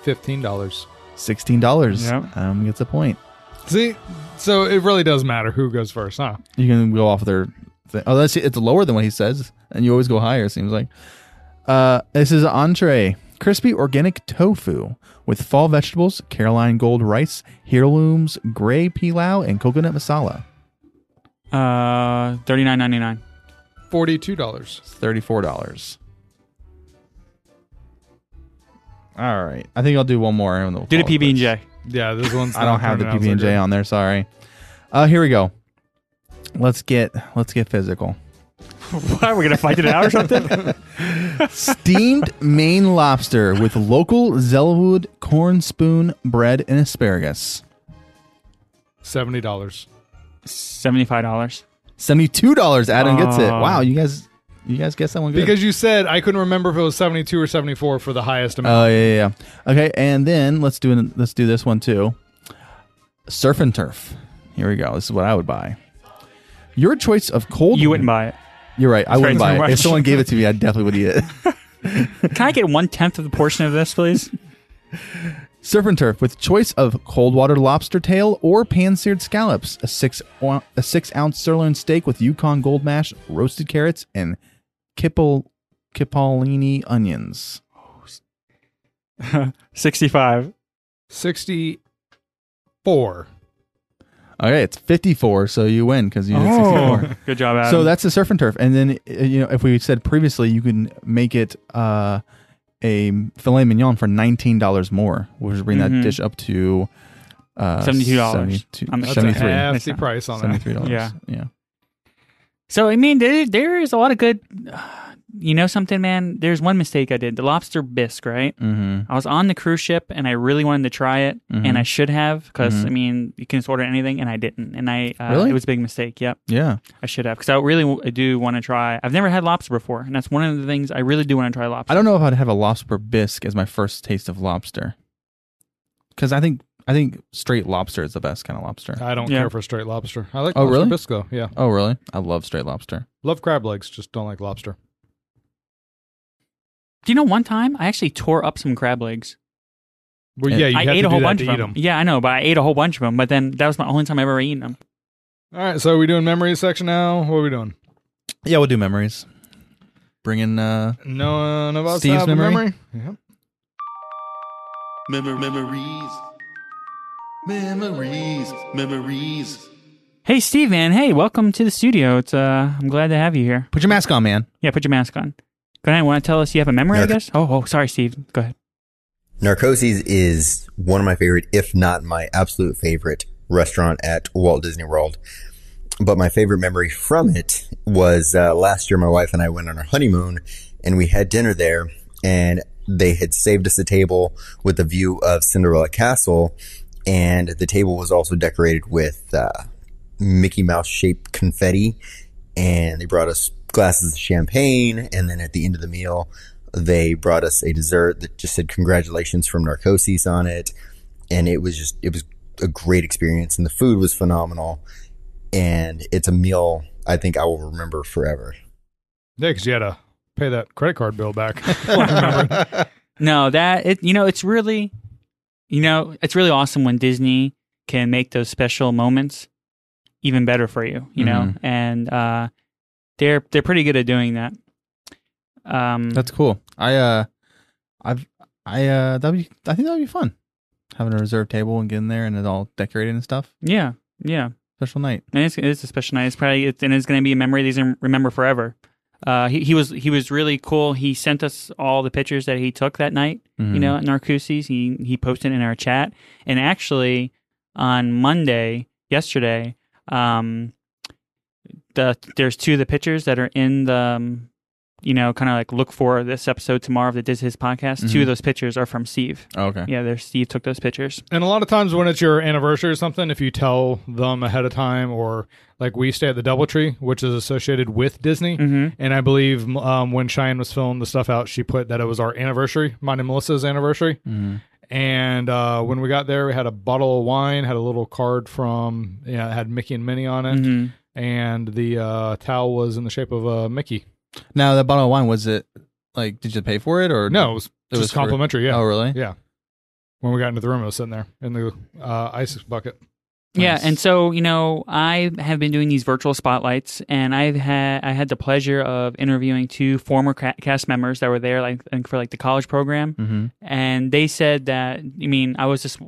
Fifteen dollars. Sixteen dollars. Yep. Um, gets a point. See, so it really does matter who goes first, huh? You can go off their. Thing. Oh, that's it's lower than what he says, and you always go higher. It seems like. Uh, this is entree: crispy organic tofu with fall vegetables, Caroline gold rice, heirlooms, gray pilau, and coconut masala. Uh, thirty nine ninety nine. Forty-two dollars. Thirty-four dollars. All right, I think I'll do one more. and then we'll Do the call it PB and J. quits. Yeah, this one's. I don't have the PB and pronounced J like on there. Sorry. Uh, here we go. Let's get let's get physical. Why we're gonna fight it out or something? Steamed Maine lobster with local Zelwood corn spoon bread and asparagus. that. Seventy dollars. Seventy five dollars. Seventy-two dollars. Adam gets it. Oh. Wow, you guys, you guys guess that one good. Because you said I couldn't remember if it was seventy-two or seventy-four for the highest amount. oh yeah, yeah, yeah. Okay, and then let's do an- let's do this one too. Surf and turf. Here we go. This is what I would buy. Your choice of cold. You wouldn't buy it. You're right. I Sorry, wouldn't too buy it. If much. someone gave it to me, I definitely would eat it. Can I get one tenth of the portion of this, please? Surf and turf with choice of cold water lobster tail or pan-seared scallops, a six o- a six ounce sirloin steak with Yukon gold mash, roasted carrots, and kipple kipolini onions. Sixty five. Sixty-four. Okay, it's fifty four, so you win because you did sixty Oh, four. good job, Adam. So that's the surf and turf, and then uh, you know if we said previously, you can make it uh, a filet mignon for nineteen dollars more, which would bring Mhm. that dish up to uh, $72. 72 I'm- That's a 73. hefty Makes price on that. Seventy-three dollars. Yeah. yeah. So I mean, there, there is a lot of good. You know something, man? There's one mistake I did. The lobster bisque, right? Mm-hmm. I was on the cruise ship and I really wanted to try it, Mhm. and Mm-hmm. I should have because Mhm. I mean, you can just order anything, and I didn't, and I uh, Really? it was a big mistake. Yep, Yeah. I should have because I really w- I do want to try. I've never had lobster before, and that's one of the things I really do want to try lobster. I don't know if I'd have a lobster bisque as my first taste of lobster. Because I think I think straight lobster is the best kind of lobster. I don't Yeah. care for straight lobster. I like Oh, lobster really? Bisco. Yeah, oh really? I love straight lobster. love crab legs. Just don't like lobster. Do you know one time I actually tore up some crab legs? Well, Yeah. yeah, you I have ate to a do whole that bunch to of eat them. Yeah, I know, but I ate a whole bunch of them. But then that was my only time I ever eaten them. All right, so are we doing memory section now? What are we doing? Yeah, we'll do memories. Bring in uh None of us Steve's have a uh, memory? memory. Yep. Memor- memories. Memories. Memories. Hey, Steve, man. Hey, welcome to the studio. It's uh, I'm glad to have you here. put your mask on, man. Yeah, put your mask on. Go ahead. Want to tell us you have a memory? I guess. Oh, oh, sorry, Steve. Go ahead. Narcoses is one of my favorite, if not my absolute favorite, restaurant at Walt Disney World. But my favorite memory from it was uh, last year, my wife and I went on our honeymoon and we had dinner there, and they had saved us a table with a view of Cinderella Castle. And the table was also decorated with uh, Mickey Mouse shaped confetti. And they brought us glasses of champagne. And then at the end of the meal, they brought us a dessert that just said congratulations from Narcosis on it. And it was just, it was a great experience. And the food was phenomenal. And it's a meal I think I will remember forever. Yeah, because you had to pay that credit card bill back. No, that it. You know, it's really, you know, it's really awesome when Disney can make those special moments even better for you. You know, and uh, they're they're pretty good at doing that. Um, That's cool. I uh I've I uh that would be, I think that would be fun. Having a reserved table and getting there and it all decorated and stuff. yeah, yeah. Special night. And it's, it's a special night. It's probably it's, and it's going to be a memory these remember forever. Uh, he, he was he was really cool. He sent us all the pictures that he took that night. You know, at Narcooses, he he posted in our chat. And actually, on Monday, yesterday, um, the there's two of the pictures that are in the um, you know, kind of like look for this episode tomorrow of the Diz His podcast. Two of those pictures are from Steve. Okay. Yeah, there Steve took those pictures. And a lot of times when it's your anniversary or something, if you tell them ahead of time, or like we stay at the DoubleTree, which is associated with Disney, and I believe m- um, when Cheyenne was filming the stuff out, she put that it was our anniversary, mine and Melissa's anniversary. And uh, when we got there, we had a bottle of wine, had a little card from yeah, it had Mickey and Minnie on Mm-hmm. it, and the uh, towel was in the shape of a Mickey. Now that bottle of wine was it like did you pay for it or No, it was just for- complimentary. yeah. Oh really? Yeah. When we got into the room, it was sitting there in the uh, ice bucket. Yeah, Nice. and so you know, I have been doing these virtual spotlights, and I've had I had the pleasure of interviewing two former ca- cast members that were there, like I think for like the college program, Mm-hmm. and they said that I mean I was just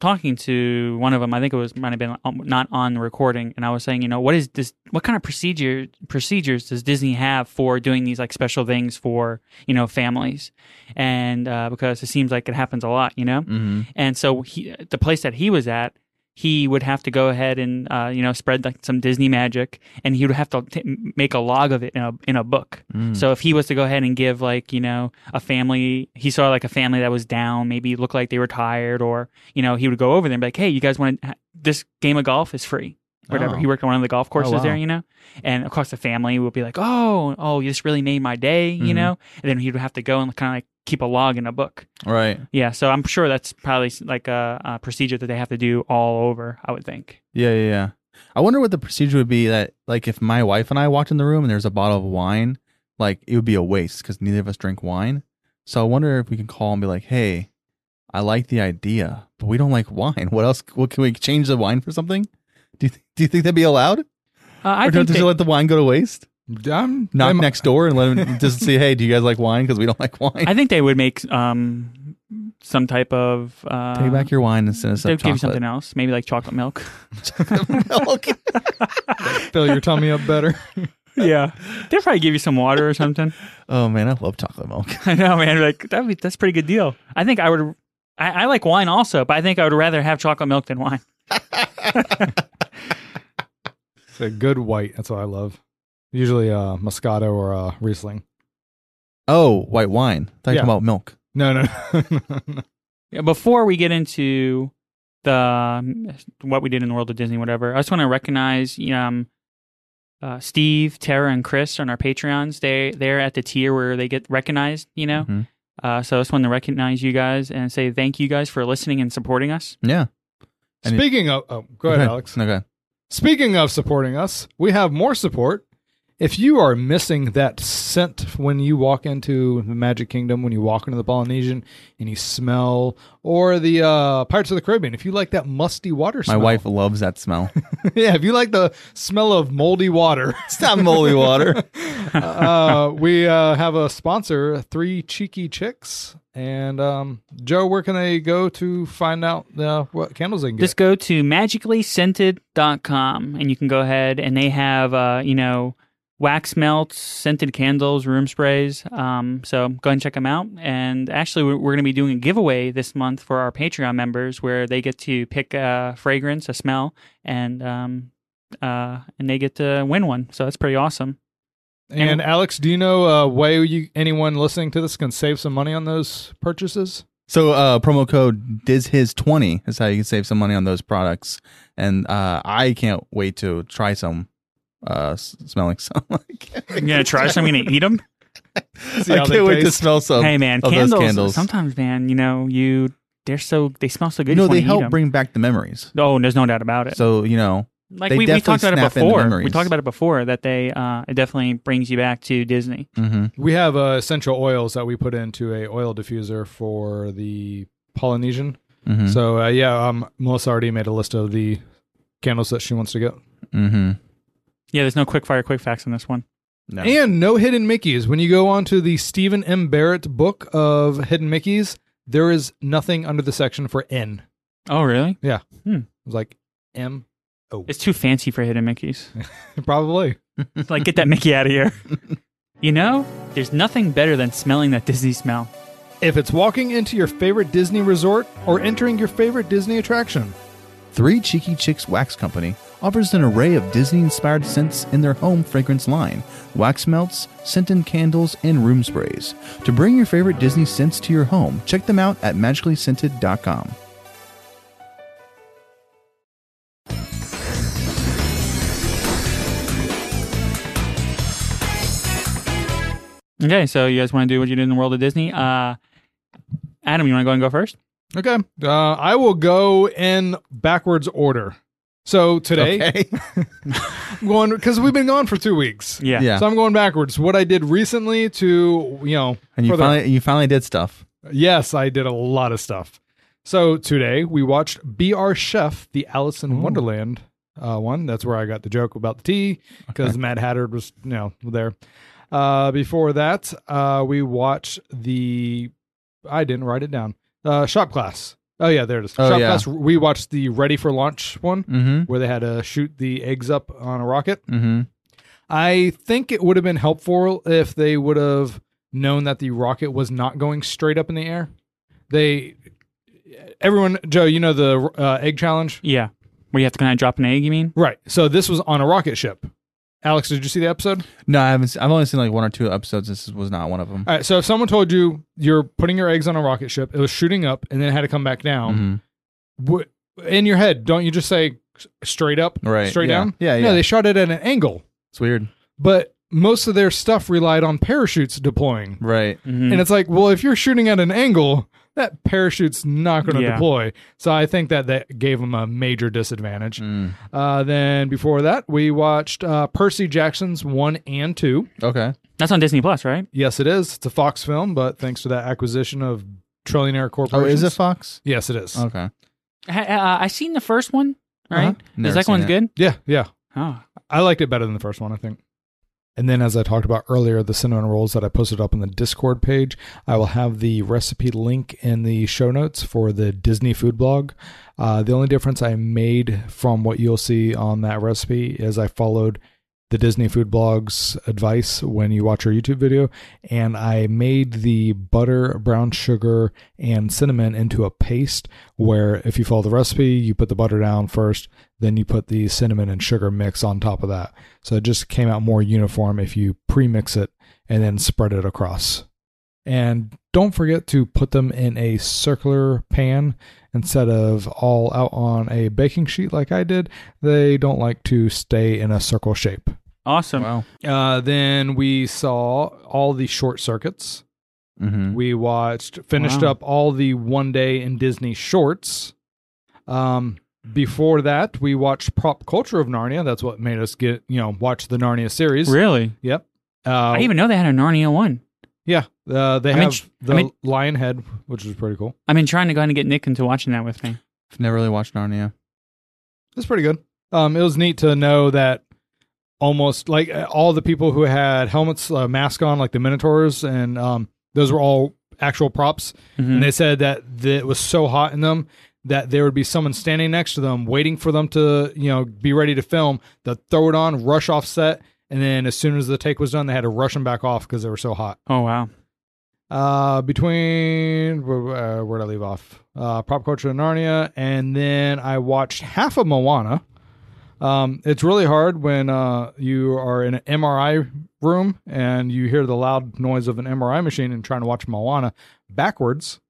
talking to one of them. I think it was might have been um, not on the recording, and I was saying, you know, what is this? What kind of procedure procedures does Disney have for doing these like special things for you know families? And uh, because it seems like it happens a lot, you know. Mm-hmm. And so he, the place that he was at, he would have to go ahead and uh, you know spread like some Disney magic, and he would have to t- make a log of it in a in a book. Mm. So if he was to go ahead and give like you know a family, he saw like a family that was down, maybe looked like they were tired, or you know he would go over there and be like, hey, you guys want to, this game of golf is free. Whatever. Oh. He worked on one of the golf courses wow. there, you know? And of course, the family would be like, oh, oh, this really made my day, you Mhm. know? And then he would have to go and kind of like keep a log in a book. Right. Yeah, so I'm sure that's probably s- like a, a procedure that they have to do all over. I would think. Yeah, yeah, yeah. I wonder what the procedure would be that like if my wife and I walked in the room and there's a bottle of wine, like it would be a waste because neither of us drink wine. So I wonder if we can call and be like, "Hey, I like the idea, but we don't like wine. What else? What can we change the wine for something? Do you, do you think that'd be allowed? Uh, I or don't think they that, let the wine go to waste? I'm Knock I'm- next door and let them just say, "Hey, do you guys like wine? Because we don't like wine. I think they would make um some type of uh, Take back your wine and send us They'd some give you chocolate something else, maybe like chocolate milk. milk. fill your tummy up better. yeah, they'd probably give you some water or something. oh man, I love chocolate milk. I know, man. Like that. Be, that's a pretty good deal. I think I would. I, I like wine also, but I think I would rather have chocolate milk than wine. It's a good white. That's what I love. Usually uh Moscato or uh Riesling. Oh, white wine. I thought you were Yeah. talking about milk. No, no. no. Yeah, before we get into the um, what we did in the world of Disney, whatever, I just want to recognize um, uh, Steve, Tara, and Chris on our Patreons. They they're at the tier where they get recognized, you know. Mhm. Uh, so I just want to recognize you guys and say thank you guys for listening and supporting us. Yeah. And it- Speaking of oh, go ahead, Okay. Alex. Okay. Speaking of supporting us, we have more support. If you are missing that scent when you walk into the Magic Kingdom, when you walk into the Polynesian and you smell, or the uh, Pirates of the Caribbean, if you like that musty water My smell. wife loves that smell. yeah, if you like the smell of moldy water, it's not moldy water. uh, we uh, have a sponsor, Three Cheeky Chicks. And um, Joe, where can they go to find out uh, what candles they can get? Just go to magicallyscented.com and you can go ahead and they have, uh, you know, wax melts, scented candles, room sprays. Um, so go ahead and check them out. And actually, we're, we're going to be doing a giveaway this month for our Patreon members where they get to pick a fragrance, a smell, and, um, uh, and they get to win one. So that's pretty awesome. and Alex, do you know a way you, anyone listening to this can save some money on those purchases? So uh, promo code DizHis20 is how you can save some money on those products. And uh, I can't wait to try some uh, s- smelling some. I I'm going to try some. I'm going to eat them. See how can't they wait to taste. smell some. hey, man, of candles, those candles. Sometimes, man, you know, you, they're so, they smell so good. you you know, just wanna they eat help 'em. bring back the memories. Oh, there's no doubt about it. So, you know, like They we, we definitely talked about it snap into before. We memories. talked about it before that they uh, it definitely brings you back to Disney. hmm We have uh, essential oils that we put into a oil diffuser for the Polynesian. hmm So uh, yeah, um, Melissa already made a list of the candles that she wants to get. hmm Yeah, there's no quick fire quick facts on this one. No. And no hidden Mickeys. When you go on to the Stephen M. Barrett book of hidden Mickeys, there is nothing under the section for N. Oh, really? It's like M. It's too fancy for hidden Mickey's. Probably. It's like get that Mickey out of here. you know, there's nothing better than smelling that Disney smell. If it's walking into your favorite Disney resort or entering your favorite Disney attraction, Three Cheeky Chicks Wax Company offers an array of Disney inspired scents in their home fragrance line wax melts, scented candles, and room sprays. To bring your favorite Disney scents to your home, check them out at magicallyscented.com. Okay, so you guys want to do what you did in the world of Disney? Uh, Adam, you want to go and go first? Okay. Uh, I will go in backwards order. So today, I'm going because we've been gone for two weeks. Yeah. Yeah. So I'm going backwards. What I did recently to, you know, And you for the- finally, you finally did stuff. yes, I did a lot of stuff. So today we watched Be Our Chef, the Alice in Wonderland uh, one. That's where I got the joke about the tea because Mad Hatter was, you know, there. Uh, before that, uh, we watched the, I didn't write it down, uh, Shop Class. Oh, yeah, there it is. Oh, Shop yeah. Class. We watched the Ready for Launch one Mm where they had to shoot the eggs up on a rocket. hmm. Mm hmm. I think it would have been helpful if they would have known that the rocket was not going straight up in the air. They, everyone, Joe, you know the uh, egg challenge, Yeah. Where you have to kind of drop an egg, you mean? right? So this was on a rocket ship. Alex, did you see the episode? No, I haven't. se- I've only seen like one or two episodes. This was not one of them. All right. So if someone told you you're putting your eggs on a rocket ship, it was shooting up and then it had to come back down. Mhm. wh- in your head, don't you just say s- straight up, Right, straight yeah. down? Yeah, No, yeah. they shot it at an angle, It's weird, but most of their stuff relied on parachutes deploying. right? Mm-hmm. And it's like, well, if you're shooting at an angle, that parachute's not going to Yeah. deploy. So I think that that gave him a major disadvantage. Mm. Uh, then before that, we watched uh, Percy Jackson's one and two. Okay. That's on Disney Plus, right? Yes, it is. It's a Fox film, but thanks to that acquisition of Trillionaire Oh, Corporation. is it Fox? Oh. Yes, it is. Okay. I, uh, I seen the first one, right? Uh-huh. The Never second seen one's it. good. Yeah, yeah. Oh, I liked it better than the first one, I think. And then, as I talked about earlier, the cinnamon rolls that I posted up on the Discord page, I will have the recipe link in the show notes for the Disney food blog. Uh, the only difference I made from what you'll see on that recipe is I followed the Disney food blog's advice when you watch our YouTube video, and I made the butter, brown sugar, and cinnamon into a paste where if you follow the recipe, you put the butter down first, then you put the cinnamon and sugar mix on top of that. So it just came out more uniform if you pre mix it and then spread it across. And don't forget to put them in a circular pan instead of all out on a baking sheet like I did. They don't like to stay in a circle shape. awesome. Wow. Uh, then we saw all the short circuits. Mm-hmm. We watched, finished Wow. up all the one day in Disney shorts. Um, before that, we watched Prop Culture of Narnia. That's what made us get, you know, watch the Narnia series. Really? Yep. Uh, I didn't even know they had a Narnia one. yeah. Uh, they I mean, have sh- I the mean- lion head, which is pretty cool. I've been trying to go ahead and get Nick into watching that with me. I've never really watched Narnia. That's pretty good. Um, it was neat to know that almost like uh, all the people who had helmets, uh, mask on, like the Minotaurs, and um, those were all actual props. Mhm. and they said that the, it was so hot in them that there would be someone standing next to them waiting for them to you know be ready to film they'd throw it on rush off set and then as soon as the take was done they had to rush them back off because they were so hot Oh wow. uh between uh, where'd i leave off uh prop culture and narnia and then i watched half of moana um it's really hard when uh you are in an mri room and you hear the loud noise of an mri machine and trying to watch moana backwards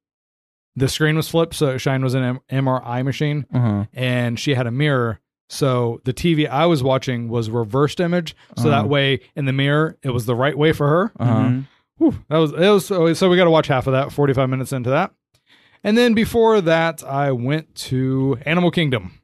the screen was flipped so shine was an M- mri machine Uh-huh. and she had a mirror. So the TV I was watching was reversed image. So Uh-huh. that way in the mirror, it was the right way for her. Uh-huh. Mhm. Whew, that was, it was so, so we got to watch half of that, 45 minutes into that. And then before that, I went to Animal Kingdom.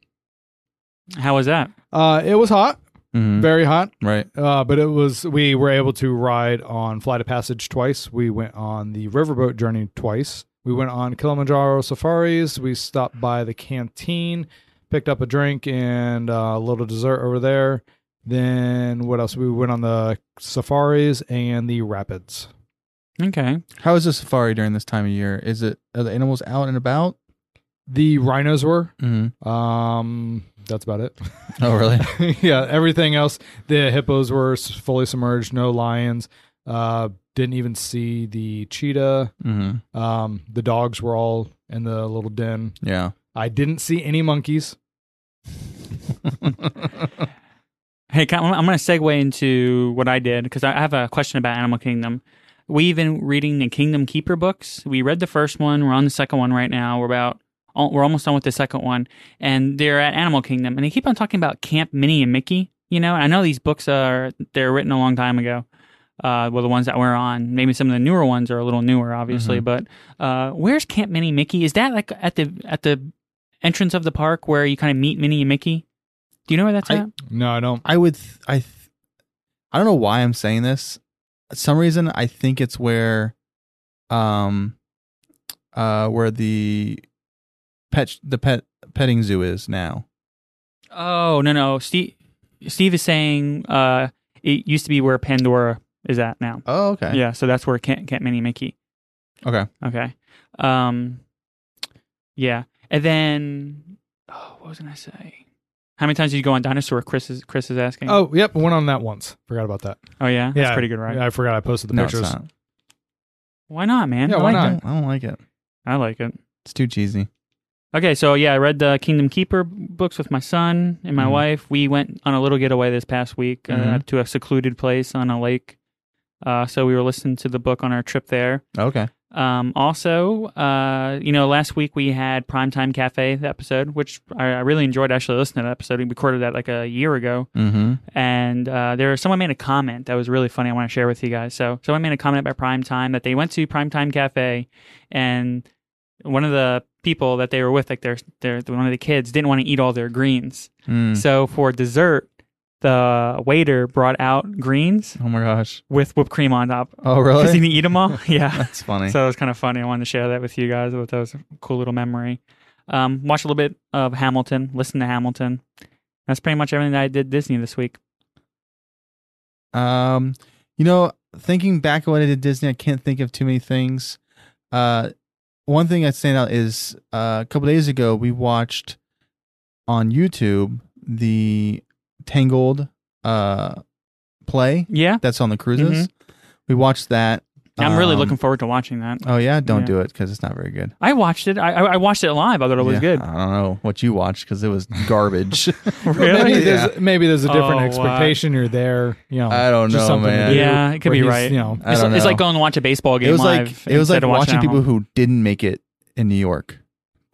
How was that? Uh, it was hot, Mhm. very hot. Right. Uh, but it was we were able to ride on Flight of Passage twice. We went on the riverboat journey twice. We went on Kilimanjaro safaris. We stopped by the canteen, picked up a drink and uh, a little dessert over there. Then what else? We went on the safaris and the rapids. Okay. How is the safari during this time of year? Is it are the animals out and about? The rhinos were. Mm-hmm. Um, that's about it. Oh, really? yeah, everything else. The hippos were s- fully submerged. No lions. Uh, didn't even see the cheetah. mm-hmm. Um, the dogs were all in the little den. Yeah. I didn't see any monkeys. Hey, Con- I'm going to segue into what I did because I have a question about Animal Kingdom. We've been reading the Kingdom Keeper books. We read the first one. We're on the second one right now. We're about al- we're almost done with the second one, and they're at Animal Kingdom, and they keep on talking about Camp Minnie and Mickey. You know, I know these books are they're written a long time ago. Uh, well, the ones that we're on, maybe some of the newer ones are a little newer, obviously. But uh, where's Camp Minnie Mickey? Is that like at the at the entrance of the park where you kind of meet Minnie and Mickey? Do you know where that's I- at? No, I don't. I would. Th- I. Th- I don't know why I'm saying this. For some reason I think it's where, um, uh, where the pet the pet petting zoo is now. Oh no no, Steve. Steve is saying uh, it used to be where Pandora is at now. Oh, okay. Yeah, so that's where Cat Cat Mini Mickey. Okay. Okay. Um. Yeah, and then oh, what was I gonna say? How many times did you go on dinosaur? Chris is Chris is asking. Oh, yep, went on that once. Forgot about that. oh yeah, that's yeah, pretty good, right? I forgot I posted the no, pictures. it's not. Why not, man? Yeah, I why like I not? It. don't, I don't like it. I like it. It's too cheesy. Okay, so yeah, I read the Kingdom Keeper books with my son and my Mhm. wife. We went on a little getaway this past week uh, Mhm. to a secluded place on a lake. Uh, so we were listening to the book on our trip there. Okay. Um, also, uh, you know, last week we had Primetime Cafe episode, which I, I really enjoyed actually listening to that episode. We recorded that like a year ago. Mm-hmm. And uh, there someone made a comment that was really funny. I want to share with you guys. So someone made a comment about Prime Time that they went to Prime Time Cafe, and one of the people that they were with, like their their one of the kids, didn't want to eat all their greens. Hmm. So for dessert, the waiter brought out greens Oh my gosh. with whipped cream on top because Oh he really? didn't eat them all. yeah. That's funny. So it was kind of funny. I wanted to share that with you guys. I thought that was a cool little memory. Um, watch a little bit of Hamilton. Listen to Hamilton. That's pretty much everything that I did Disney this week. Um, you know, thinking back of what I did Disney, I can't think of too many things. Uh, one thing that stand out is uh, a couple days ago we watched on YouTube the Tangled uh play Yeah, that's on the cruises. We watched that. Mm-hmm. I'm really Um, looking forward to watching that. Oh yeah, don't Yeah. do it because it's not very good. I watched it. I, I I watched it live. I thought it was Yeah, good. I don't know what you watched because it was garbage. really? Maybe, Yeah. there's, maybe there's a different Oh, wow. expectation. You're there. You know, I don't just know, something to man. do Yeah, it could where be he's, right. You know, I it's, don't know. it's like going to watch a baseball game it was live. like it was like instead of watching watching at people home. who didn't make it in New York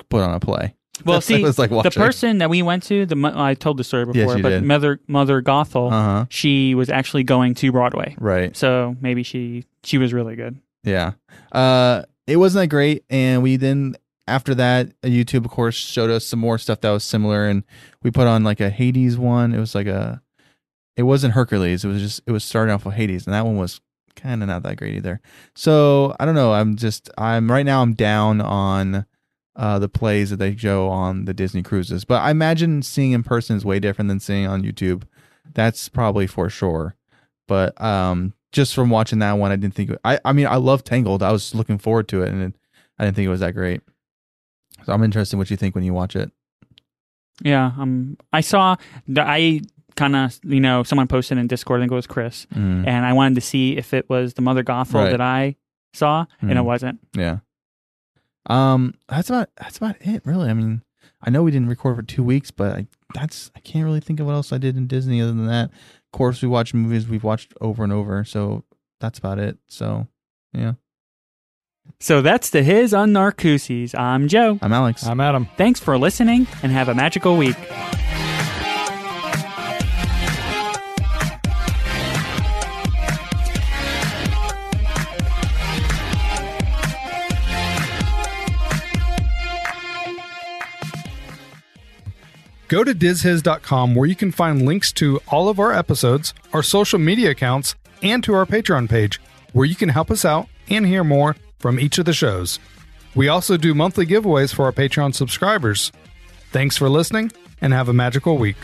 put on a play. Well, That's- that see, was like the watching- person that we went to, the mo- I told the story before, you but did. Mother Mother Gothel, Uh huh. she was actually going to Broadway, Right. so maybe she she was really good. Yeah. Uh, it wasn't that great, and we then after that, uh, YouTube of course showed us some more stuff that was similar, and we put on like a Hades one. It was like a, it wasn't Hercules. It was just it was starting off with Hades, and that one was kind of not that great either. So I don't know. I'm just I'm right now I'm down on. Uh, the plays that they show on the Disney cruises, but I imagine seeing in person is way different than seeing on YouTube. That's probably for sure but um just from watching that one i didn't think i i mean i love tangled i was looking forward to it and it, i didn't think it was that great so i'm interested in what you think when you watch it Yeah, um, I saw that I kind of you know someone posted in Discord. I think it was Chris, and I wanted to see if it was the Mother Gothel Mm. Right. that I saw, and it Mhm. wasn't. yeah um that's about that's about it really i mean i know we didn't record for two weeks but i that's i can't really think of what else i did in disney other than that of course we watched movies we've watched over and over so that's about it so So that's the his on Narcooses. I'm Joe. i'm alex I'm Adam. Thanks for listening, and have a magical week. Go to dizhiz.com where you can find links to all of our episodes, our social media accounts, and to our Patreon page where you can help us out and hear more from each of the shows. We also do monthly giveaways for our Patreon subscribers. Thanks for listening and have a magical week.